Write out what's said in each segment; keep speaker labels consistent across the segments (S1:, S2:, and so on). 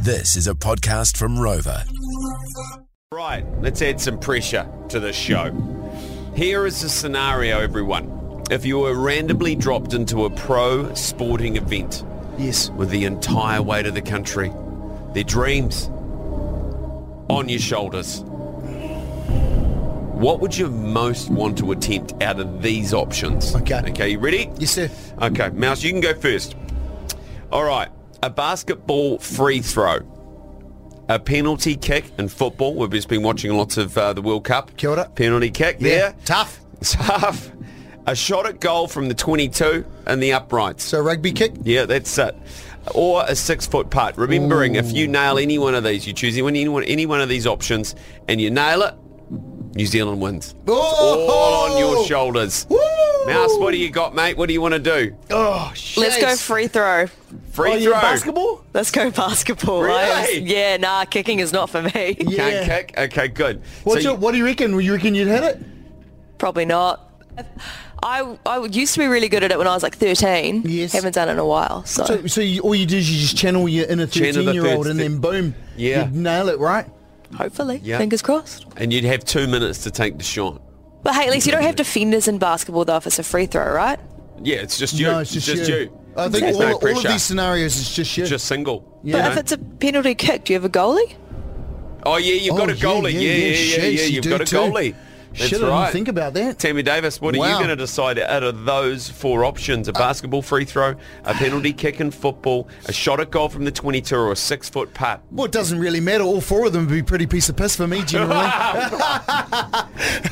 S1: This is a podcast from Rover.
S2: Right, let's add some pressure to this show. Here is a scenario, everyone. If you were randomly dropped into a pro sporting event
S3: Yes.
S2: with the entire weight of the country, their dreams on your shoulders, what would you most want to attempt out of these options?
S3: Okay.
S2: Okay, you ready?
S3: Yes, sir.
S2: Okay, Mouse, you can go first. All right, a basketball free throw, a penalty kick in football. We've just been watching lots of uh, the World Cup.
S3: Kia ora.
S2: Penalty kick
S3: Yeah,
S2: there.
S3: tough.
S2: Tough. A shot at goal from the 22 and the uprights.
S3: So rugby kick.
S2: yeah, that's it. Or a six-foot putt. Remembering, if you nail any one of these, you choose any one, any one, any one of these options, and you nail it, New Zealand wins. It's all on
S3: Oh!
S2: your shoulders.
S3: Woo!
S2: Mouse, what do you got, mate? What do you want to do?
S3: Oh,
S4: Let's go free throw.
S2: Free
S3: Oh,
S2: throw.
S3: yeah, basketball.
S4: Let's go basketball.
S2: Really?
S4: I was- yeah, nah, kicking is not for me.
S2: Can't
S3: Yeah.
S2: kick. Okay, good.
S3: What's
S2: So
S3: your, what do you reckon? You reckon you'd hit it?
S4: Probably not. I, I used to be really good at it when I was like 13.
S3: Yes.
S4: Haven't done it in a while. So,
S3: So, so you, all you do is you just channel your inner
S2: Uh, Channel the
S3: 13 year old
S2: third-
S3: and then boom.
S2: Yeah.
S3: You'd nail it, right?
S4: hopefully.
S2: Yeah.
S4: Fingers crossed.
S2: and you'd have two minutes to take the shot.
S4: But hey, at least you don't have defenders in basketball though if it's a free throw, right?
S2: Yeah, it's just you.
S3: No, it's just, you. I think
S2: There's
S3: all,
S2: no
S3: all of
S2: pressure.
S3: these scenarios is just you.
S2: just single. you
S4: But
S2: know?
S4: if it's a penalty kick, do you have a goalie?
S2: oh yeah, you've got
S3: Oh,
S2: a goalie. Yeah, yeah, yeah, yeah.
S3: sheesh, you
S2: you've
S3: do
S2: got a
S3: too.
S2: goalie. That's
S3: Shit, I didn't
S2: right.
S3: think about that.
S2: Tammy Davis, what are you
S3: Wow. Uh,
S2: going to decide out of those four options? A basketball free throw, a penalty kick in football, a shot at goal from the 22, or a six-foot putt?
S3: Well, it doesn't really matter. All four of them would be pretty piece of piss for me, generally.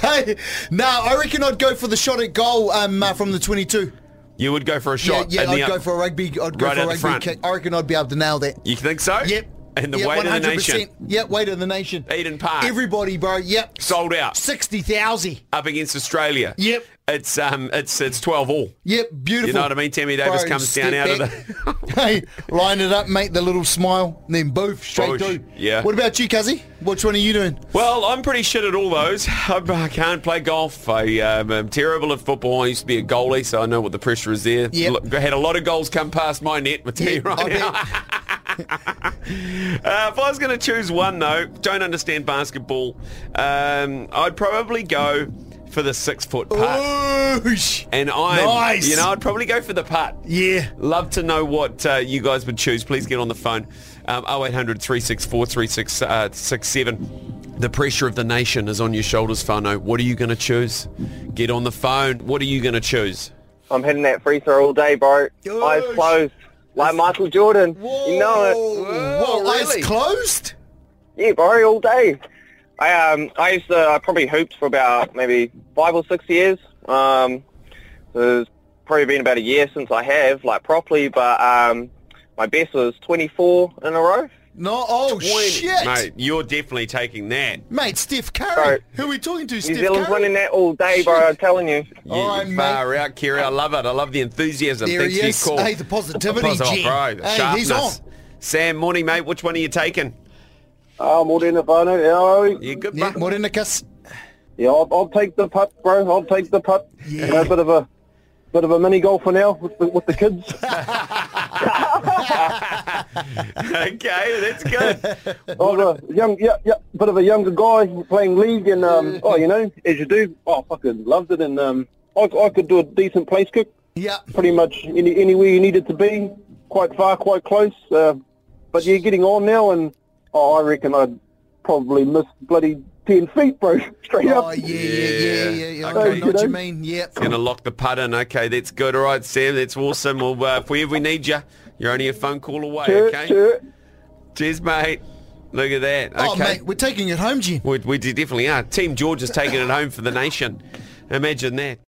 S3: hey, no, I reckon I'd go for the shot at goal um, uh, from the 22.
S2: You would go for a shot.
S3: yeah,
S2: in
S3: yeah
S2: the
S3: I'd go
S2: up-
S3: for a rugby. I'd go
S2: Right out
S3: for a
S2: the
S3: rugby
S2: front.
S3: kick. I reckon I'd be able to nail that.
S2: You think so?
S3: Yep.
S2: And the
S3: yep,
S2: weight of the
S3: 100%.
S2: nation.
S3: Yep, weight of the nation.
S2: Eden Park.
S3: Everybody, bro. Yep.
S2: Sold out.
S3: 60,000.
S2: up against Australia.
S3: Yep.
S2: It's um it's it's twelve all.
S3: Yep, beautiful.
S2: You know what I mean? Tammy Davis comes down out of
S3: the... hey, line it up, make the little smile, and then boof, straight
S2: Boosh,
S3: through.
S2: yeah.
S3: What about you, Cuzzy? Which one are you doing?
S2: Well, I'm pretty shit at all those. I, I can't play golf. I, um, I'm terrible at football. I used to be a goalie, so I know what the pressure is there.
S3: Yep.
S2: Look, I had a lot of goals come past my net. I tell you
S3: Yeah,
S2: right
S3: I
S2: now.
S3: bet.
S2: Uh, if I was going to choose one, though, don't understand basketball. Um, I'd probably go for the six foot putt.
S3: Boosh.
S2: And I'm,
S3: Nice.
S2: you know, I'd probably go for the putt.
S3: Yeah.
S2: Love to know what uh, you guys would choose. Please get on the phone. Um, 0800 364 3667. uh, The pressure of the nation is on your shoulders, Fano. What are you going to choose? Get on the phone. What are you going to choose?
S5: I'm hitting that free throw all day, bro.
S3: Gosh.
S5: Eyes closed, like Michael Jordan. You know
S3: Whoa,
S2: Whoa,
S3: eyes
S2: Oh, really?
S3: closed?
S5: it. Yeah, bro, all day. I um, I used to I probably hooped for about maybe five or six years. Um, so it's probably been about a year since I have like properly, but um, my best was 24 in a row.
S3: No, oh, shit.
S2: Mate, you're definitely taking that.
S3: Mate, Steph Curry.
S5: Bro.
S3: Who are we talking to,
S5: New
S3: Steph
S5: Zealand's
S3: Curry?
S5: winning that all day, bro. I'm telling you.
S2: Yeah,
S3: All right,
S2: you're
S3: mate.
S2: far out, Kerry. I love it. I love the enthusiasm.
S3: There
S2: Thanks
S3: he
S2: for your
S3: is.
S2: call.
S3: Hey, the positivity,
S2: Buzz off,
S3: Jim.
S2: oh, bro. The
S3: Hey, he's
S2: sharpness. Sam, morning, mate. Which one are you taking?
S5: Oh, Morena Bono, how are
S2: You good,
S3: Yeah,
S2: bro?
S3: Morenicus.
S5: Yeah, I'll, I'll take the putt, bro. I'll take the putt.
S3: Yeah. You know,
S5: bit of a bit of a mini golf for now with the, with the kids.
S2: okay, that's good.
S5: I was a young, yeah, yeah, bit of a younger guy playing league, and um, oh, you know, as you do, oh, fucking loved it, and um, I, I could do a decent place kick,
S3: Yeah.
S5: pretty much any, anywhere you needed to be, quite far, quite close. Uh, but you're getting on now, and oh, I reckon I'd probably miss bloody ten feet, bro, straight
S3: Oh, yeah,
S5: up.
S3: yeah, yeah, yeah. yeah.
S2: Okay.
S3: I know what you mean. Yeah.
S2: Going to lock the putt in. Okay, that's good. All right, Sam, that's awesome. Well, uh, if we ever need you, you're only a phone call away,
S5: Sure,
S2: okay?
S5: sure.
S2: Cheers, mate. Look at that. Okay.
S3: Oh, mate, we're taking it home, Jim.
S2: We, we definitely are. Team George is taking it home for the nation. Imagine that.